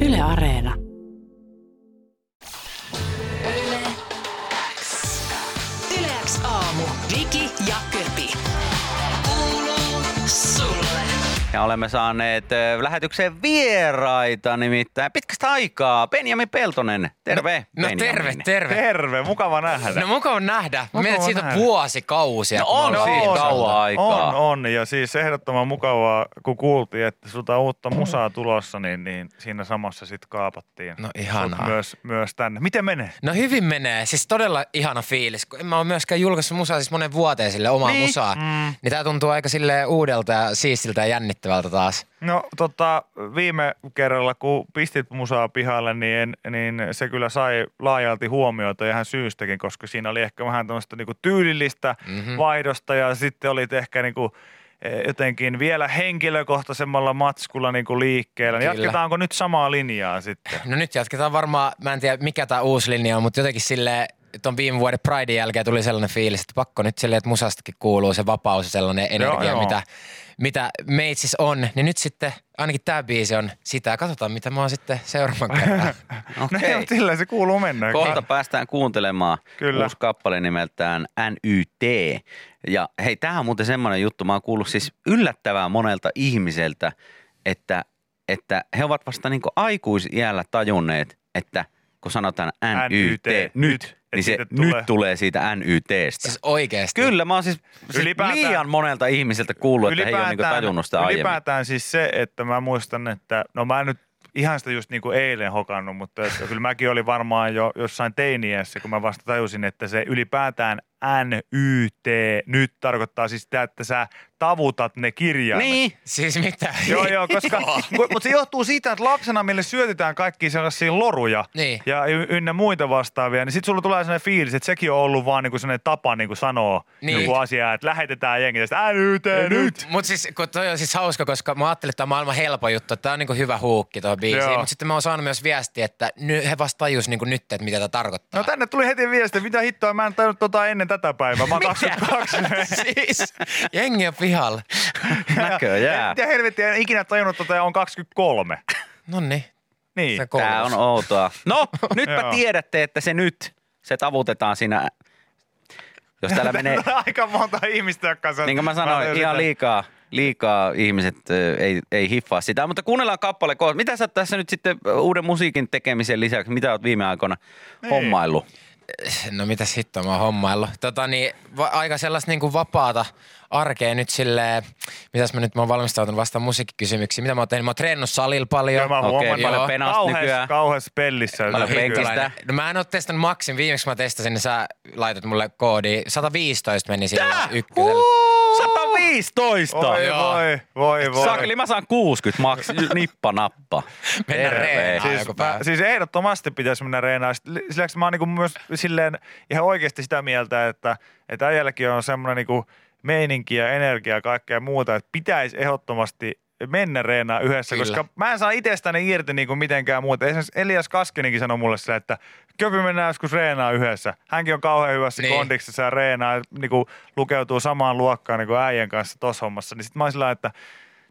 Yle Areena. Yleäks aamu. Viki ja Köpi. Kuuluu sulle. Ja olemme saaneet eh, lähetykseen vieraita nimittäin pitkästä aikaa. Benjamin Peltonen, terve. No Benjamin. terve, terve. Terve, mukava nähdä. No mukava nähdä. Mukava Mietit siitä on nähdä. vuosikausia. No kun on me ollaan siitä ollut kauan täällä. aikaa. on, on, ja siis ehdottoman mukavaa, kun kuultiin, että sulta on uutta musaa tulossa, niin, niin siinä samassa sitten kaapattiin. No ihanaa. Sut Myös, myös tänne. Miten menee? No hyvin menee. Siis todella ihana fiilis. Kun en mä ole myöskään julkaissut musaa siis monen vuoteen sille omaa Niin. musaa. Mm. Niin tää tuntuu aika sille uudelta ja siistiltä ja jännittävältä taas. No tota, viime kerralla, kun pistit musaa pihalle, niin, en, niin se kyllä sai laajalti huomiota ihan syystäkin, koska siinä oli ehkä vähän tämmöistä niinku tyylillistä Mhm. mm-hmm. vaihdosta ja sitten oli ehkä niinku eh, jotenkin vielä henkilökohtaisemmalla matskulla niinku liikkeellä. Niin Kyllä. jatketaanko nyt samaa linjaa sitten? No nyt jatketaan varmaan, mä en tiedä mikä tämä uusi linja on, mutta jotenkin sille ton viime vuoden Pridein jälkeen tuli sellainen fiilis, että pakko nyt silleen, että musastakin kuuluu se vapaus ja sellainen energia, joo. mitä, mitä meitsissä on. Niin nyt sitten ainakin tämä biisi on sitä. Katsotaan, mitä mä oon sitten seuraavan kerran. Okei. No, mutta sillä se kuuluu mennä. Kohta päästään kuuntelemaan Kyllä. uusi kappale nimeltään NYT. Ja hei, tämähän on muuten semmoinen juttu, mä oon kuullut siis yllättävän monelta ihmiseltä, että, että he ovat vasta niin aikuisiällä tajunneet, että kun sanotaan NYT, NYT, nyt, nyt, et niin se siitä nyt tulee. tulee siitä NYTstä. siis oikeesti. Kyllä, mä oon siis, siis Ylipäätään- liian monelta ihmiseltä kuullut, että he ei ole niinku tajunnut sitä aiemmin. ylipäätään siis se, että mä muistan, että no mä en nyt ihan sitä just niinku eilen hokannut, mutta että kyllä mäkin olin varmaan jo jossain teiniässä, kun mä vasta tajusin, että se ylipäätään NYT nyt tarkoittaa siis sitä, että sä tavutat ne kirjaimet. Niin, Siis mitä? Joo, joo, koska, mutta se johtuu siitä, että lapsena meille syötetään kaikki sellaisia loruja Niin. ja y- ynnä muita vastaavia, niin sitten sulla tulee sellainen fiilis, että sekin on ollut vaan niinku sellainen tapa niinku sanoa Niin. niin. joku asia, että lähetetään jengiä, että nyt, nyt. Mutta siis, kun toi on siis hauska, koska mä ajattelin, että tämä on maailman helpo juttu, että tämä on niinku hyvä huukki tuo biisi. Joo. Mutta sitten mä oon saanut myös viestiä, että ny, he vasta tajus niinku nyt, että mitä tämä tarkoittaa. No tänne tuli heti viesti, mitä hittoa, mä en tajunnut tota ennen tätä päivää, mä oon 22. siis jengi on pihalla. näköjään. Mitä helvettiä, en ikinä tajunnut tota ja on 23. No niin. Niin. Se ko- Tää on outoa. No, nytpä Joo. tiedätte, että se nyt, se tavutetaan siinä, jos täällä menee, Aika monta ihmistä, jotka sanoo. niin kuin mä sanoin, ihan liikaa, liikaa ihmiset ö, ei, ei hiffaa sitä. Mutta kuunnellaan kappale kohta. Mitä sä oot tässä nyt sitten ö, uuden musiikin tekemisen lisäksi, mitä oot viime aikoina Niin. hommaillut? No mitä hittoa mä oon hommaillut. Tota niin, va- aika sellaista niinku vapaata arkea nyt silleen, mitäs mä nyt, mä oon valmistautunut vastaan musiikkikysymyksiin. Mitä mä oon tehnyt? Mä oon treenannut salilla paljon. Joo, mä Okei, huomaan. paljon penasta nykyään. Kauhees, kauhees pellissä. Paljon nykyään. penkistä. Kyllä. No mä en oo testannut maksin. Viimeksi mä testasin, niin sä laitat mulle koodi. 115 meni sillä ykkösellä. 115! Oi, Joo. voi, voi, voi. Sakli, mä saan 60 maks, nippa nappa. Mennään Terve. reenaan. Siis, joku mä, päivä. siis ehdottomasti pitäisi mennä reenaan. Silläksi mä oon niinku myös silleen ihan oikeasti sitä mieltä, että, että äijälläkin on semmoinen niinku meininki ja energia ja kaikkea muuta, että pitäisi ehdottomasti mennä reenaan yhdessä, Kyllä. Kyllä. koska mä en saa itsestäni irti niinku mitenkään muuta. Esimerkiksi Elias Kaskinenkin sanoi mulle se, että köpy mennään joskus reenaan yhdessä. Hänkin on kauhean hyvässä Niin. niin. kondiksessa ja reenaa, ja niinku lukeutuu samaan luokkaan niinku äijän kanssa tossa hommassa. Niin sit mä oon sillä lailla, että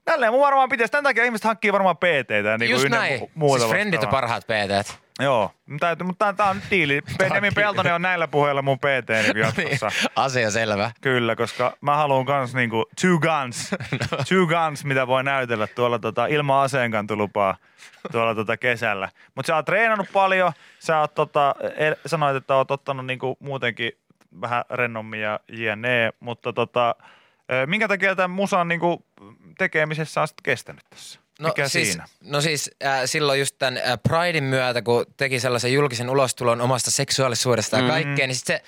Tälleen mun varmaan pitäisi. Tämän takia ihmiset hankkii varmaan PT-tä. Niin Just näin. Muuta siis frendit on vastaavaa. parhaat PT. Joo, mutta tämä tää on nyt diili. Benjamin Peltonen on näillä puheilla mun PT niin jatkossa. Asia selvä. Kyllä, koska mä haluan kans niinku two guns, No. two guns, mitä voi näytellä tuolla tota, ilman aseenkantolupaa tuolla tota kesällä. Mutta sä oot treenannut paljon, sä oot tota, el- sanoit, että oot ottanut niinku muutenkin vähän rennommin ja jne, mutta tota, ö, minkä takia tämän musan niinku tekemisessä on sit kestänyt tässä? Mikä siis, siinä? No siis äh, silloin just tämän äh, Pridein myötä, kun teki sellaisen julkisen ulostulon omasta seksuaalisuudesta Mm-hmm. ja kaikkea, niin sit se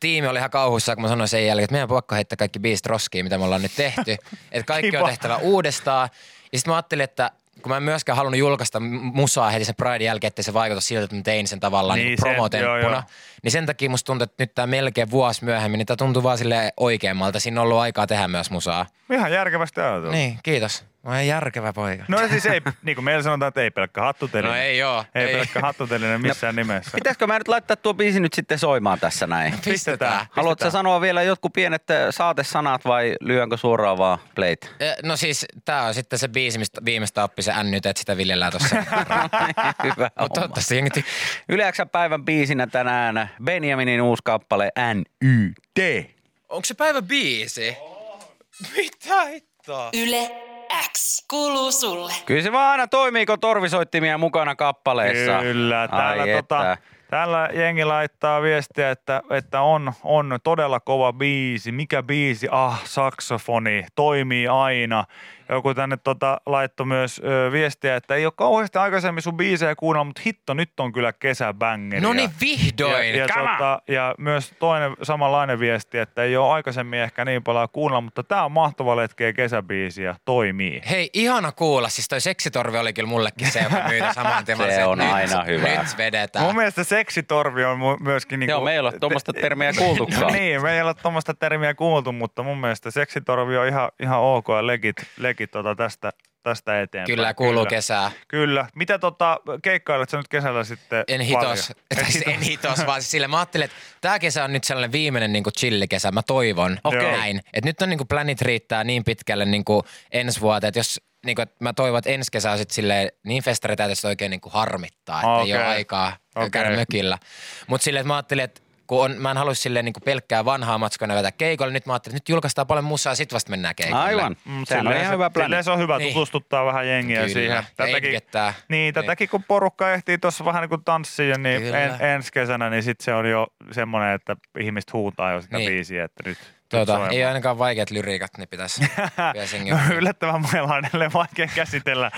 tiimi oli ihan kauhuissaan, kun mä sanoin sen jälkeen, että meidän on pakko heittää kaikki biisit roskiin, mitä me ollaan nyt tehty. että kaikki on Kiva. tehtävä uudestaan. Ja sitten mä ajattelin, että kun mä en myöskään halunnut julkaista m- musaa heti sen Pridein jälkeen, ettei se vaikuta siltä, että mä tein sen tavallaan niin, Niin, niin se- joo, promotemppuna. joo. Niin sen takia musta tuntuu, että nyt tämä melkein vuosi myöhemmin, niin tämä tuntuu vaan silleen oikeammalta. Siinä on ollut aikaa tehdä myös musaa. Ihan järkevästi ajateltu. Niin, kiitos. Mä oon järkevä poika. No siis ei, niin kuin meillä sanotaan, että ei pelkkä hattutelinen. No ei oo, Ei, ei. pelkkä hattutelinen missään nimessä. Pitäisikö mä nyt laittaa tuo biisi nyt sitten soimaan tässä näin? Pistetään. Haluatko sä sanoa vielä jotkut pienet ö, saatesanat vai lyönkö suoraan vaan playt? Eh, No siis tää on sitten se biisi, mistä viimeistä oppi se ännyt, että sitä viljellään tossa. Hyvä Mutta homma. toivottavasti jengi tykkää. Yleensä päivän biisinä tänään Benjaminin uusi kappale NYT. Onko se päivä biisi? Mitä hittoa? Yle X kuuluu sulle. Kyllä se vaan aina toimii, kun torvisoittimia mukana kappaleessa. Kyllä, täällä, Ai tota, että. täällä jengi laittaa viestiä, että, että on, on todella kova biisi. Mikä biisi? Ah, saksofoni. Toimii aina. Joku tänne tota, laittoi myös ö, viestiä, että ei ole kauheasti aikaisemmin sun biisejä kuunnella, mutta hitto, nyt on kyllä kesäbängeri. No niin vihdoin. Ja, ja, tota, ja myös toinen samanlainen viesti, että ei ole aikaisemmin ehkä niin paljon kuunnella, mutta tämä on mahtava letkeä kesäbiisi ja toimii. Hei, ihana kuulla. Siis toi seksitorvi oli kyllä mullekin se, joka myytä saman teman. Se että on aina hyvä. Nyt vedetään. Mun mielestä seksitorvi on mu- myöskin... Niin Joo, me ei ole tuommoista termiä kuultukaan. niin, me ei ole tuommoista termiä kuultu, mutta mun mielestä seksitorvi on ihan, ihan ok ja legit, legit tota tästä, tästä eteenpäin. Kyllä, kuuluu kyllä. kesää. Kyllä. Mitä tota, keikkailet sä nyt kesällä sitten En paljon? hitos, tai siis en hitos, vaan siis sille mä ajattelin, että tämä kesä on nyt sellainen viimeinen niin chillikesä, mä toivon Okei. näin. Että nyt on niin planit riittää niin pitkälle niin ensi vuoteen, että jos niin kuin, mä toivon, että ensi kesä on sitten silleen niin festari täytyisi oikein niin kuin harmittaa, että ei ole Okei. aikaa käydä Okei. mökillä. Mutta silleen, että mä ajattelin, että kun on, mä en halua silleen niin pelkkää vanhaa matskana vetää keikoille, nyt mä ajattelin, että nyt julkaistaan paljon musaa, sit vasta mennään keikoille. Aivan. Mm, Sehän on silleen ihan se- hyvä plani. silleen se on hyvä Niin. tutustuttaa vähän jengiä Kyllä. siihen. Ja itkettää. niin, tätäkin kun porukka ehtii tuossa vähän niin kuin tanssia, niin Kyllä. en, ensi kesänä, niin sitten se on jo semmoinen, että ihmiset huutaa jo sitä Niin. biisiä, että nyt, nyt Tuota, soimaan. ei ole ainakaan vaikeat lyriikat, ne pitäisi pitäisi No, jengin- yllättävän monella on edelleen vaikea käsitellä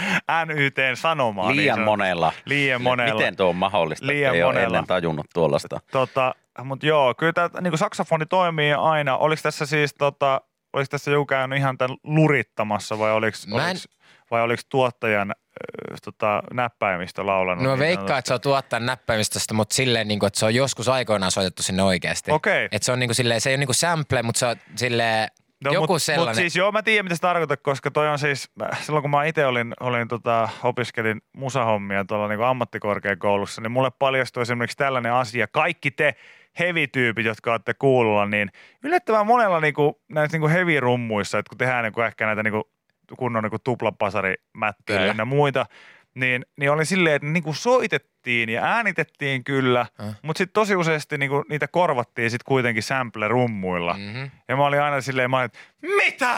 NYTn sanomaa. niin Liian sanotusti. monella. Liian monella. Miten tuo on mahdollista? että Liian ei ole monella. ennen tajunnut tuollaista. Tota, mutta joo, kyllä tämä niin saksofoni toimii aina. Oliko tässä siis, tota, oliko tässä joku käynyt ihan tämän lurittamassa vai oliko, Mä en- oliks, vai oliko tuottajan äh, tota, näppäimistä laulanut? No mä niin veikkaan, että se on tuottajan näppäimistöstä, mutta silleen, niin kuin, että se on joskus aikoinaan soitettu sinne oikeasti. Okei. Et se, on, niin kuin, silleen, se ei ole niin kuin sample, mutta se on silleen, no, joku mut, sellainen. Mut siis joo, mä tiedän mitä se tarkoittaa, koska toi on siis, mä- silloin kun mä itse olin, olin tota, opiskelin musahommia tuolla niin ammattikorkeakoulussa, niin mulle paljastui esimerkiksi tällainen asia. Kaikki te heavy-tyypit, jotka olette kuulolla, niin yllättävän monella niin kuin, näissä niin kuin heavy-rummuissa, että kun tehdään niin kuin ehkä näitä niin kuin, kunnon niin kuin tuplapasarimättöjä Kyllä. ynnä muita, niin, niin oli silleen, että niin kuin soitettiin ja äänitettiin kyllä, Äh. mutta sitten tosi useasti niin kuin, niitä korvattiin sitten kuitenkin sample-rummuilla. mm-hmm. Ja mä olin aina silleen, mä olin, että mitä?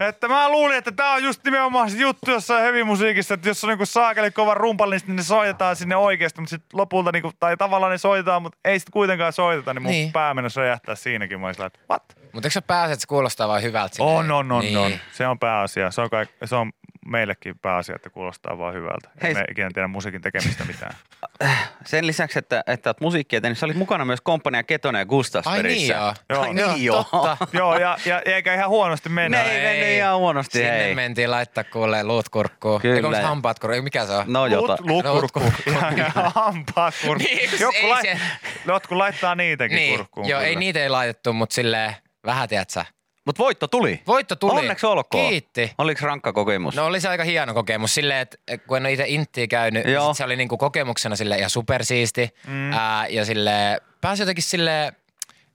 että mä luulin, että tää on just nimenomaan se juttu jossain hevimusiikissa, että jos on niinku saakeli kova rumpalli, niin sit ne soitetaan sinne oikeasti, mutta sitten lopulta niinku, tai tavallaan ne soitetaan, mutta ei sitten kuitenkaan soiteta, niin mun Niin. niin. pää mennä räjähtää siinäkin. Mä olin sillä, että what? Mutta eikö sä pääse, että se kuulostaa vaan hyvältä? silleen? On, on, on, niin. niin. on. Se on pääasia. Se on, kaik- se on meillekin pääasia, että kuulostaa vaan hyvältä. Hei, Hei. s- Me ikinä tiedä musiikin tekemistä mitään. Sen lisäksi, että, että olet musiikkia tehnyt, sä olit mukana myös komppania Ketona ja Ai niin Gustasperissä. joo. Joo. Ai niin joo. Totta. Joo, ja, ja, eikä ihan huonosti mennä. Ne ei mennyt ihan huonosti, No Sinne hei. mentiin laittaa kuulee luut kurkkuun. Kyllä. Eikö onks hampaat kurkkuun? Mikä se on? No jota. Lut- lukurkku. No, ja, ja hampaat kurkku. Niin, kun jotkut, ei lait- se- jotkut laittaa niitäkin niin. kurkkuun. Joo, kyllä. ei niitä ei laitettu, mutta silleen vähän, tiedät sä. Mutta voitto tuli. Voitto tuli. Onneksi olkoon. Kiitti. Oliko rankka kokemus? No oli se aika hieno kokemus silleen, että kun en ole itse Inttiä käynyt, niin Joo. sit se oli niinku kokemuksena sille ja supersiisti. Mm. Ää, ja sille pääsi jotenkin sille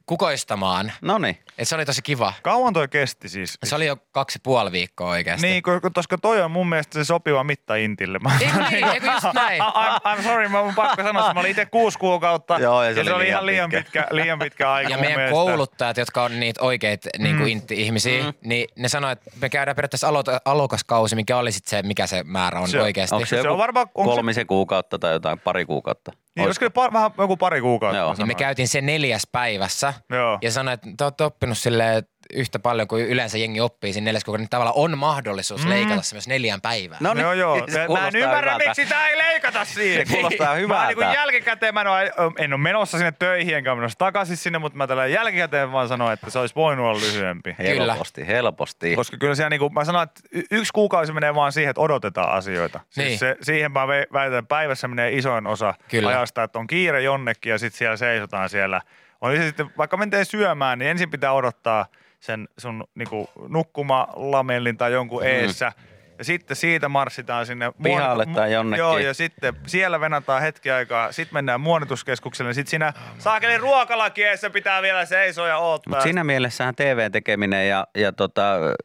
kukoistamaan. Noniin. Et se oli tosi kiva. Kauan toi kesti siis? Se oli jo kaksi ja puoli viikkoa oikeasti. Niin, ko- koska toi on mun mielestä se sopiva mitta Intille. Mä, Eikö niin? Eikö just näin? I'm, I'm sorry, mä mun pakko sanoa, että mä olin itse kuusi kuukautta Joo, ja se ja se oli oli ihan liian liian pitkä. pitkä, liian pitkä aika Ja mun meidän mielestä. kouluttajat, jotka on niitä oikeita mm. niin Intti-ihmisiä, mm. niin ne sanoi, että me käydään periaatteessa alo- alokaskausi, mikä oli sitten se, mikä se määrä on Se- oikeasti. Onko se, Se joku on varmaan- onko se- kolmisen kuukautta tai jotain, pari kuukautta? Niin, Olisiko? olisiko se par, vähän joku pari kuukautta? Joo. Joo. Niin me käytiin se neljäs päivässä Joo. ja sanoin, että te olette oppinut sille yhtä paljon kuin yleensä jengi oppii siinä neljäs kuukauden. Niin tavallaan on mahdollisuus mm. leikata se myös neljään päivään. No niin. Joo, joo. Se Mä en kuulostaa ymmärrä, hyvältä. miksi sitä ei leikata siihen. Se kuulostaa Mä hyvältä. niin kuin jälkikäteen, mä en ole, en ole menossa sinne töihin, enkä ole menossa takaisin sinne, mutta mä tällä jälkikäteen vaan sanoin, että se olisi voinut olla lyhyempi. Kyllä. Helposti, helposti. Koska kyllä siellä, niin kuin mä sanoin, että y- yksi kuukausi menee vaan siihen, että odotetaan asioita. Siis Niin. se, siihen mä ve- väitän, että päivässä menee isoin osa Kyllä. kyllä. ajasta, että on kiire jonnekin ja sitten siellä seisotaan siellä. Oli se sitten, vaikka menee syömään, niin ensin pitää odottaa sen sun niin kuin nukkumalamellin tai niinku jonkun mm. eessä. Ja sitten siitä marssitaan sinne Pihalle muoni- tai mu- jonnekin. Joo, ja sitten siellä venataan hetki aikaa. Sitten mennään muonituskeskukselle. niin Sitten siinä saakeli ruokalakieessä pitää vielä seisoa ja odottaa. Mutta siinä mielessähän TV-tekeminen ja, ja tota,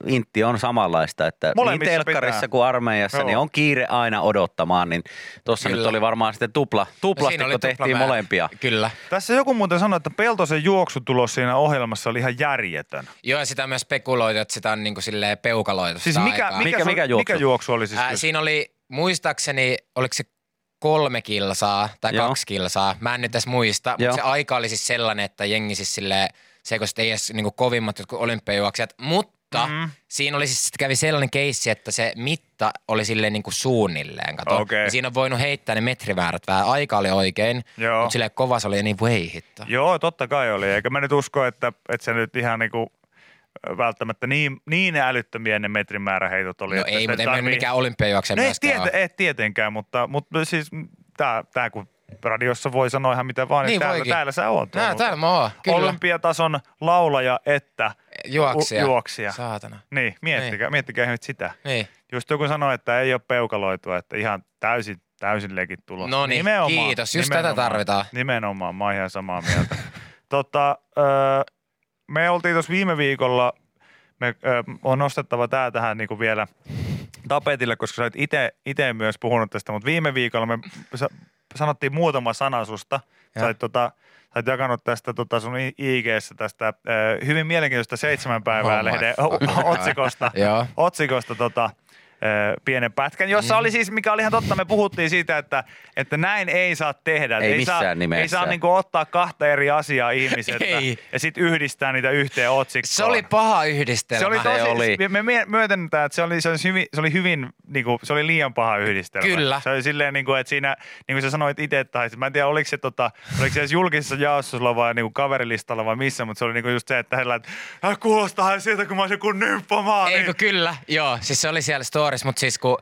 intti on samanlaista, että Molemmissa niin telkkarissa pitää. kuin armeijassa, Joo. niin on kiire aina odottamaan, niin tuossa nyt Kyllä. oli varmaan sitten tupla, tuplasti, siinä no oli kun tehtiin tuplamäärä. molempia. Kyllä. Tässä joku muuten sanoi, että Peltosen juoksutulos siinä ohjelmassa oli ihan järjetön. Joo, ja sitä myös spekuloitu, että sitä on niin kuin silleen peukaloitu Siis sitä mikä, aikaa. mikä, Mikä- mikä, mikä mikä, juoksu? juoksu? mikä juoksu oli siis? Ää, kyse? siinä oli, muistaakseni, oliko se kolme kilsaa tai Joo. Joo. kaksi kilsaa. Mä en nyt edes muista, Joo. mutta se aika oli siis sellainen, että jengi siis silleen, se kun sit ei edes niinku kovimmat jotkut olympiajuoksijat, mutta mm. Mm. siinä oli siis, kävi sellainen keissi, että se mitta oli silleen niinku suunnilleen, kato. Okei. Ja Siinä on voinut heittää ne metriväärät vähän, aika oli oikein, Joo. mutta silleen kova se oli, niin voi hitto. Joo, totta kai oli. Eikä mä nyt usko, että, että se nyt ihan niinku ö, välttämättä niin, niin älyttömiä ne metrimääräheitot oli. No että ei, sen mutta en mä nyt tarvii- mikään olympiajuoksija No ei, myöskään tiety, ole. ei tietenkään, mutta, mutta siis tää, tää kun radiossa voi sanoa ihan mitä vaan, niin, Niin täällä, voikin. täällä sä oot. Nää, ollut. täällä mä oon, kyllä. Olympiatason laulaja että Juoksija. u- juoksija. Saatana. Niin, miettikää, miettikää nyt sitä. Niin. Just joku sanoi, että ei ole peukaloitua, että ihan täysin, täysin legit tulos. No niin, Nimenomaan, kiitos. Just tätä nimenomaan, tarvitaan. Nimenomaan, mä oon ihan samaa mieltä. tota, ö, me oltiin tuossa viime viikolla, me ö, on nostettava tää tähän niinku vielä tapetille, koska sä oot itse myös puhunut tästä, mutta viime viikolla me sa- sanottiin muutama sana susta. Sä Joo. oot, tota, sä oot jakanut tästä tota sun ig tästä ö, hyvin mielenkiintoista seitsemän Oh päivää my lehden fucking o- otsikosta Joo. otsikosta tota, ö, pienen pätkän, Mm. jossa oli siis, mikä oli ihan totta, me puhuttiin siitä, että, että näin ei saa tehdä. Ei saa, missään nimessä. Ei saa niinku ottaa kahta eri asiaa ihmiseltä Ei. ja sitten yhdistää niitä yhteen otsikkoon. Se oli paha yhdistelmä. se oli tosi, Se oli. me- me mie- myötennetään, että se oli, se oli hyvin, se oli, hyvin niinku, se oli liian paha yhdistelmä. Kyllä. Se oli silleen, niinku, että siinä, niin kuin sä sanoit itse, tai sit mä en tiedä, oliko se, tota, oliko se edes julkisessa jaossa sulla vai niinku, kaverilistalla vai missä, mutta se oli niinku just se, että heillä, että "Äh, kuulostaa siltä, kun mä olisin kuin nymppomaan. Eikö kyllä? Joo, siis se oli siellä stories, mutta siis kun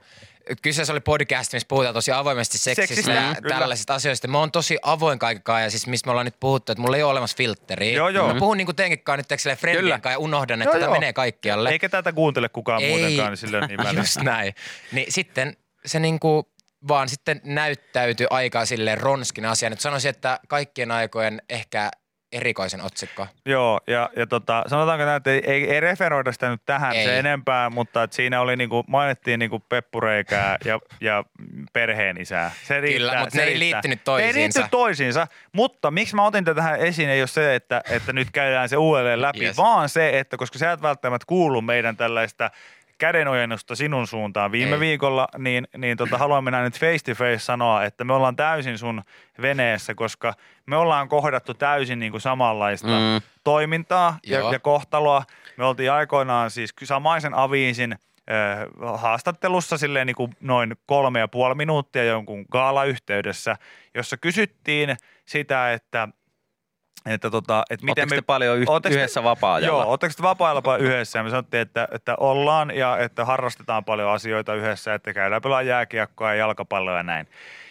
kyseessä oli podcast, missä puhutaan tosi avoimesti seksistä, Seksistä, ja kyllä. tällaisista asioista. Mä oon tosi avoin kaikkaa ja siis missä me ollaan nyt puhuttu, että mulla ei ole olemassa filtteriä. Joo, joo. Mä puhun niinku teidänkin nyt teksille Kyllä. friendien kanssa ja unohdan, että Joo, tämä joo. menee kaikkialle. Eikä tätä kuuntele kukaan muutenkaan, niin sillä ei ole niin väliä. Just näin. Niin sitten se niinku vaan sitten näyttäytyi aika sille ronskin asian. Että sanoisin, että kaikkien aikojen ehkä erikoisen otsikko. Joo, ja, ja tota, sanotaanko näin, että ei, ei, ei referoida sitä nyt tähän ei. Ei. se enempää, mutta että siinä oli niinku, mainittiin niinku peppureikää ja, ja perheen isää. Se riittää, mutta se ne ei riittää. liittynyt Ne ei toisiinsa. liittynyt toisiinsa, mutta miksi mä otin tätä tähän esiin, ei ole se, että, että nyt käydään se uudelleen läpi, yes. Yes. vaan se, että koska sä et välttämättä kuulu meidän tällaista kädenojennusta sinun suuntaan viime Ei. viikolla, niin, niin tota, haluan minä nyt face to face sanoa, että me ollaan täysin sun veneessä, koska me ollaan kohdattu täysin niin kuin samanlaista Mm. toimintaa ja, Joo. ja kohtaloa. Me oltiin aikoinaan siis samaisen aviisin ö, haastattelussa silleen niin kuin noin kolme ja puoli minuuttia jonkun gaalayhteydessä, jossa kysyttiin sitä, että, että, tota, että miten Miten me te paljon yh- Ootteko te- yhdessä vapaa-ajalla? Joo, ootteko te vapailla vai yhdessä? Ja me sanottiin, että, että ollaan ja että harrastetaan paljon asioita yhdessä, että käydään pelaa jääkiekkoa ja jalkapalloa ja näin.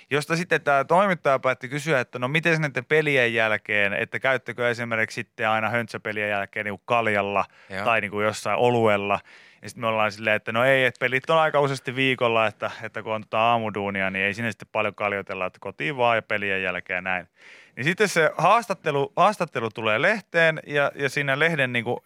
Josta sitten tämä toimittaja päätti kysyä, että no miten näiden pelien jälkeen, että käyttekö esimerkiksi sitten aina höntsäpelien jälkeen niin kaljalla Joo. Joo. tai niin kuin jossain oluella. Ja sitten me ollaan silleen, että no ei, että pelit on aika useasti viikolla, että, että kun on tota aamuduunia, niin ei sinne sitten paljon kaljotella, että kotiin vaan ja pelien jälkeen ja näin. Niin sitten se haastattelu, haastattelu tulee lehteen ja, ja siinä lehden niin kuin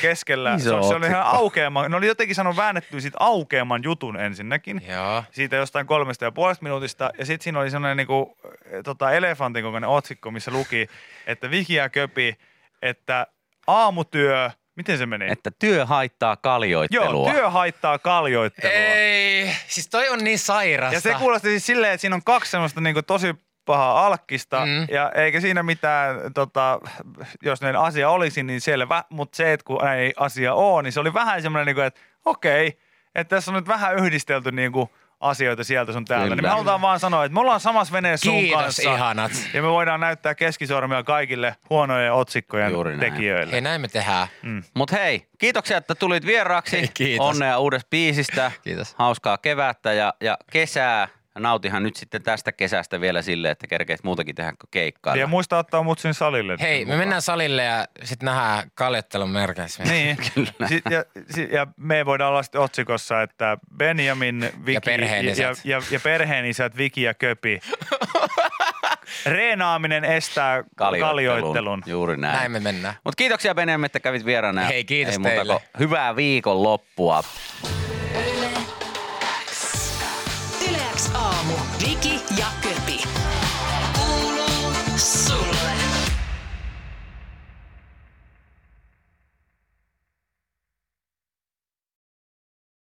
keskellä, Iso se, on- se oli otsikko. ihan aukeaman, ne oli jotenkin sanonut väännettyä siitä aukeaman jutun ensinnäkin Joo. siitä jostain kolmesta ja puolesta minuutista. Ja sitten siinä oli sellainen niinku, eh, tota, elefantin kokoinen otsikko, missä luki, että Viki ja Köpi, että aamutyö, miten se meni? Että työ haittaa kaljoittelua. Joo, työ haittaa kaljoittelua. Ei, siis toi on niin sairasta. ja se kuulosti siis silleen, että siinä on kaksi semmoista niinku tosi pahaa alkkista, mm. Mm. ja eikä siinä mitään, tota, jos näin asia olisi, niin selvä, mutta se, että kun näin ei asia ole, niin se oli vähän semmoinen, niinku, että okei, että tässä on nyt vähän yhdistelty niinku asioita sieltä sun täältä. Niin me Kyllä. halutaan vaan sanoa, että me ollaan samassa veneessä sun Kiitos kanssa. ihanat. Ja me voidaan näyttää keskisormia kaikille huonojen otsikkojen Juuri näin. tekijöille. Hei, näin me tehdään. Mm, Mutta hei, kiitoksia, että tulit vieraaksi. Hei, kiitos. Onnea uudesta biisistä. Kiitos. Hauskaa kevättä ja, ja kesää. nautihan nyt sitten tästä kesästä vielä silleen, että kerkeet muutakin tehdä kuin keikkaa. Ja muista ottaa mut sinne salille. Hei, me mennään salille ja sitten nähdään kaljottelun merkeissä. Niin. Sit, ja, sit, ja, me voidaan olla sitten otsikossa, että Benjamin, Viki perheenisät. ja, ja, ja perheenisät Viki ja Köpi. Reenaaminen estää kaljoittelun. Juuri näin. Näin me mennään. Mutta kiitoksia Benjamin, että kävit vieraana. ja Hei, kiitos ei muuta teille. kuin Hyvää viikonloppua.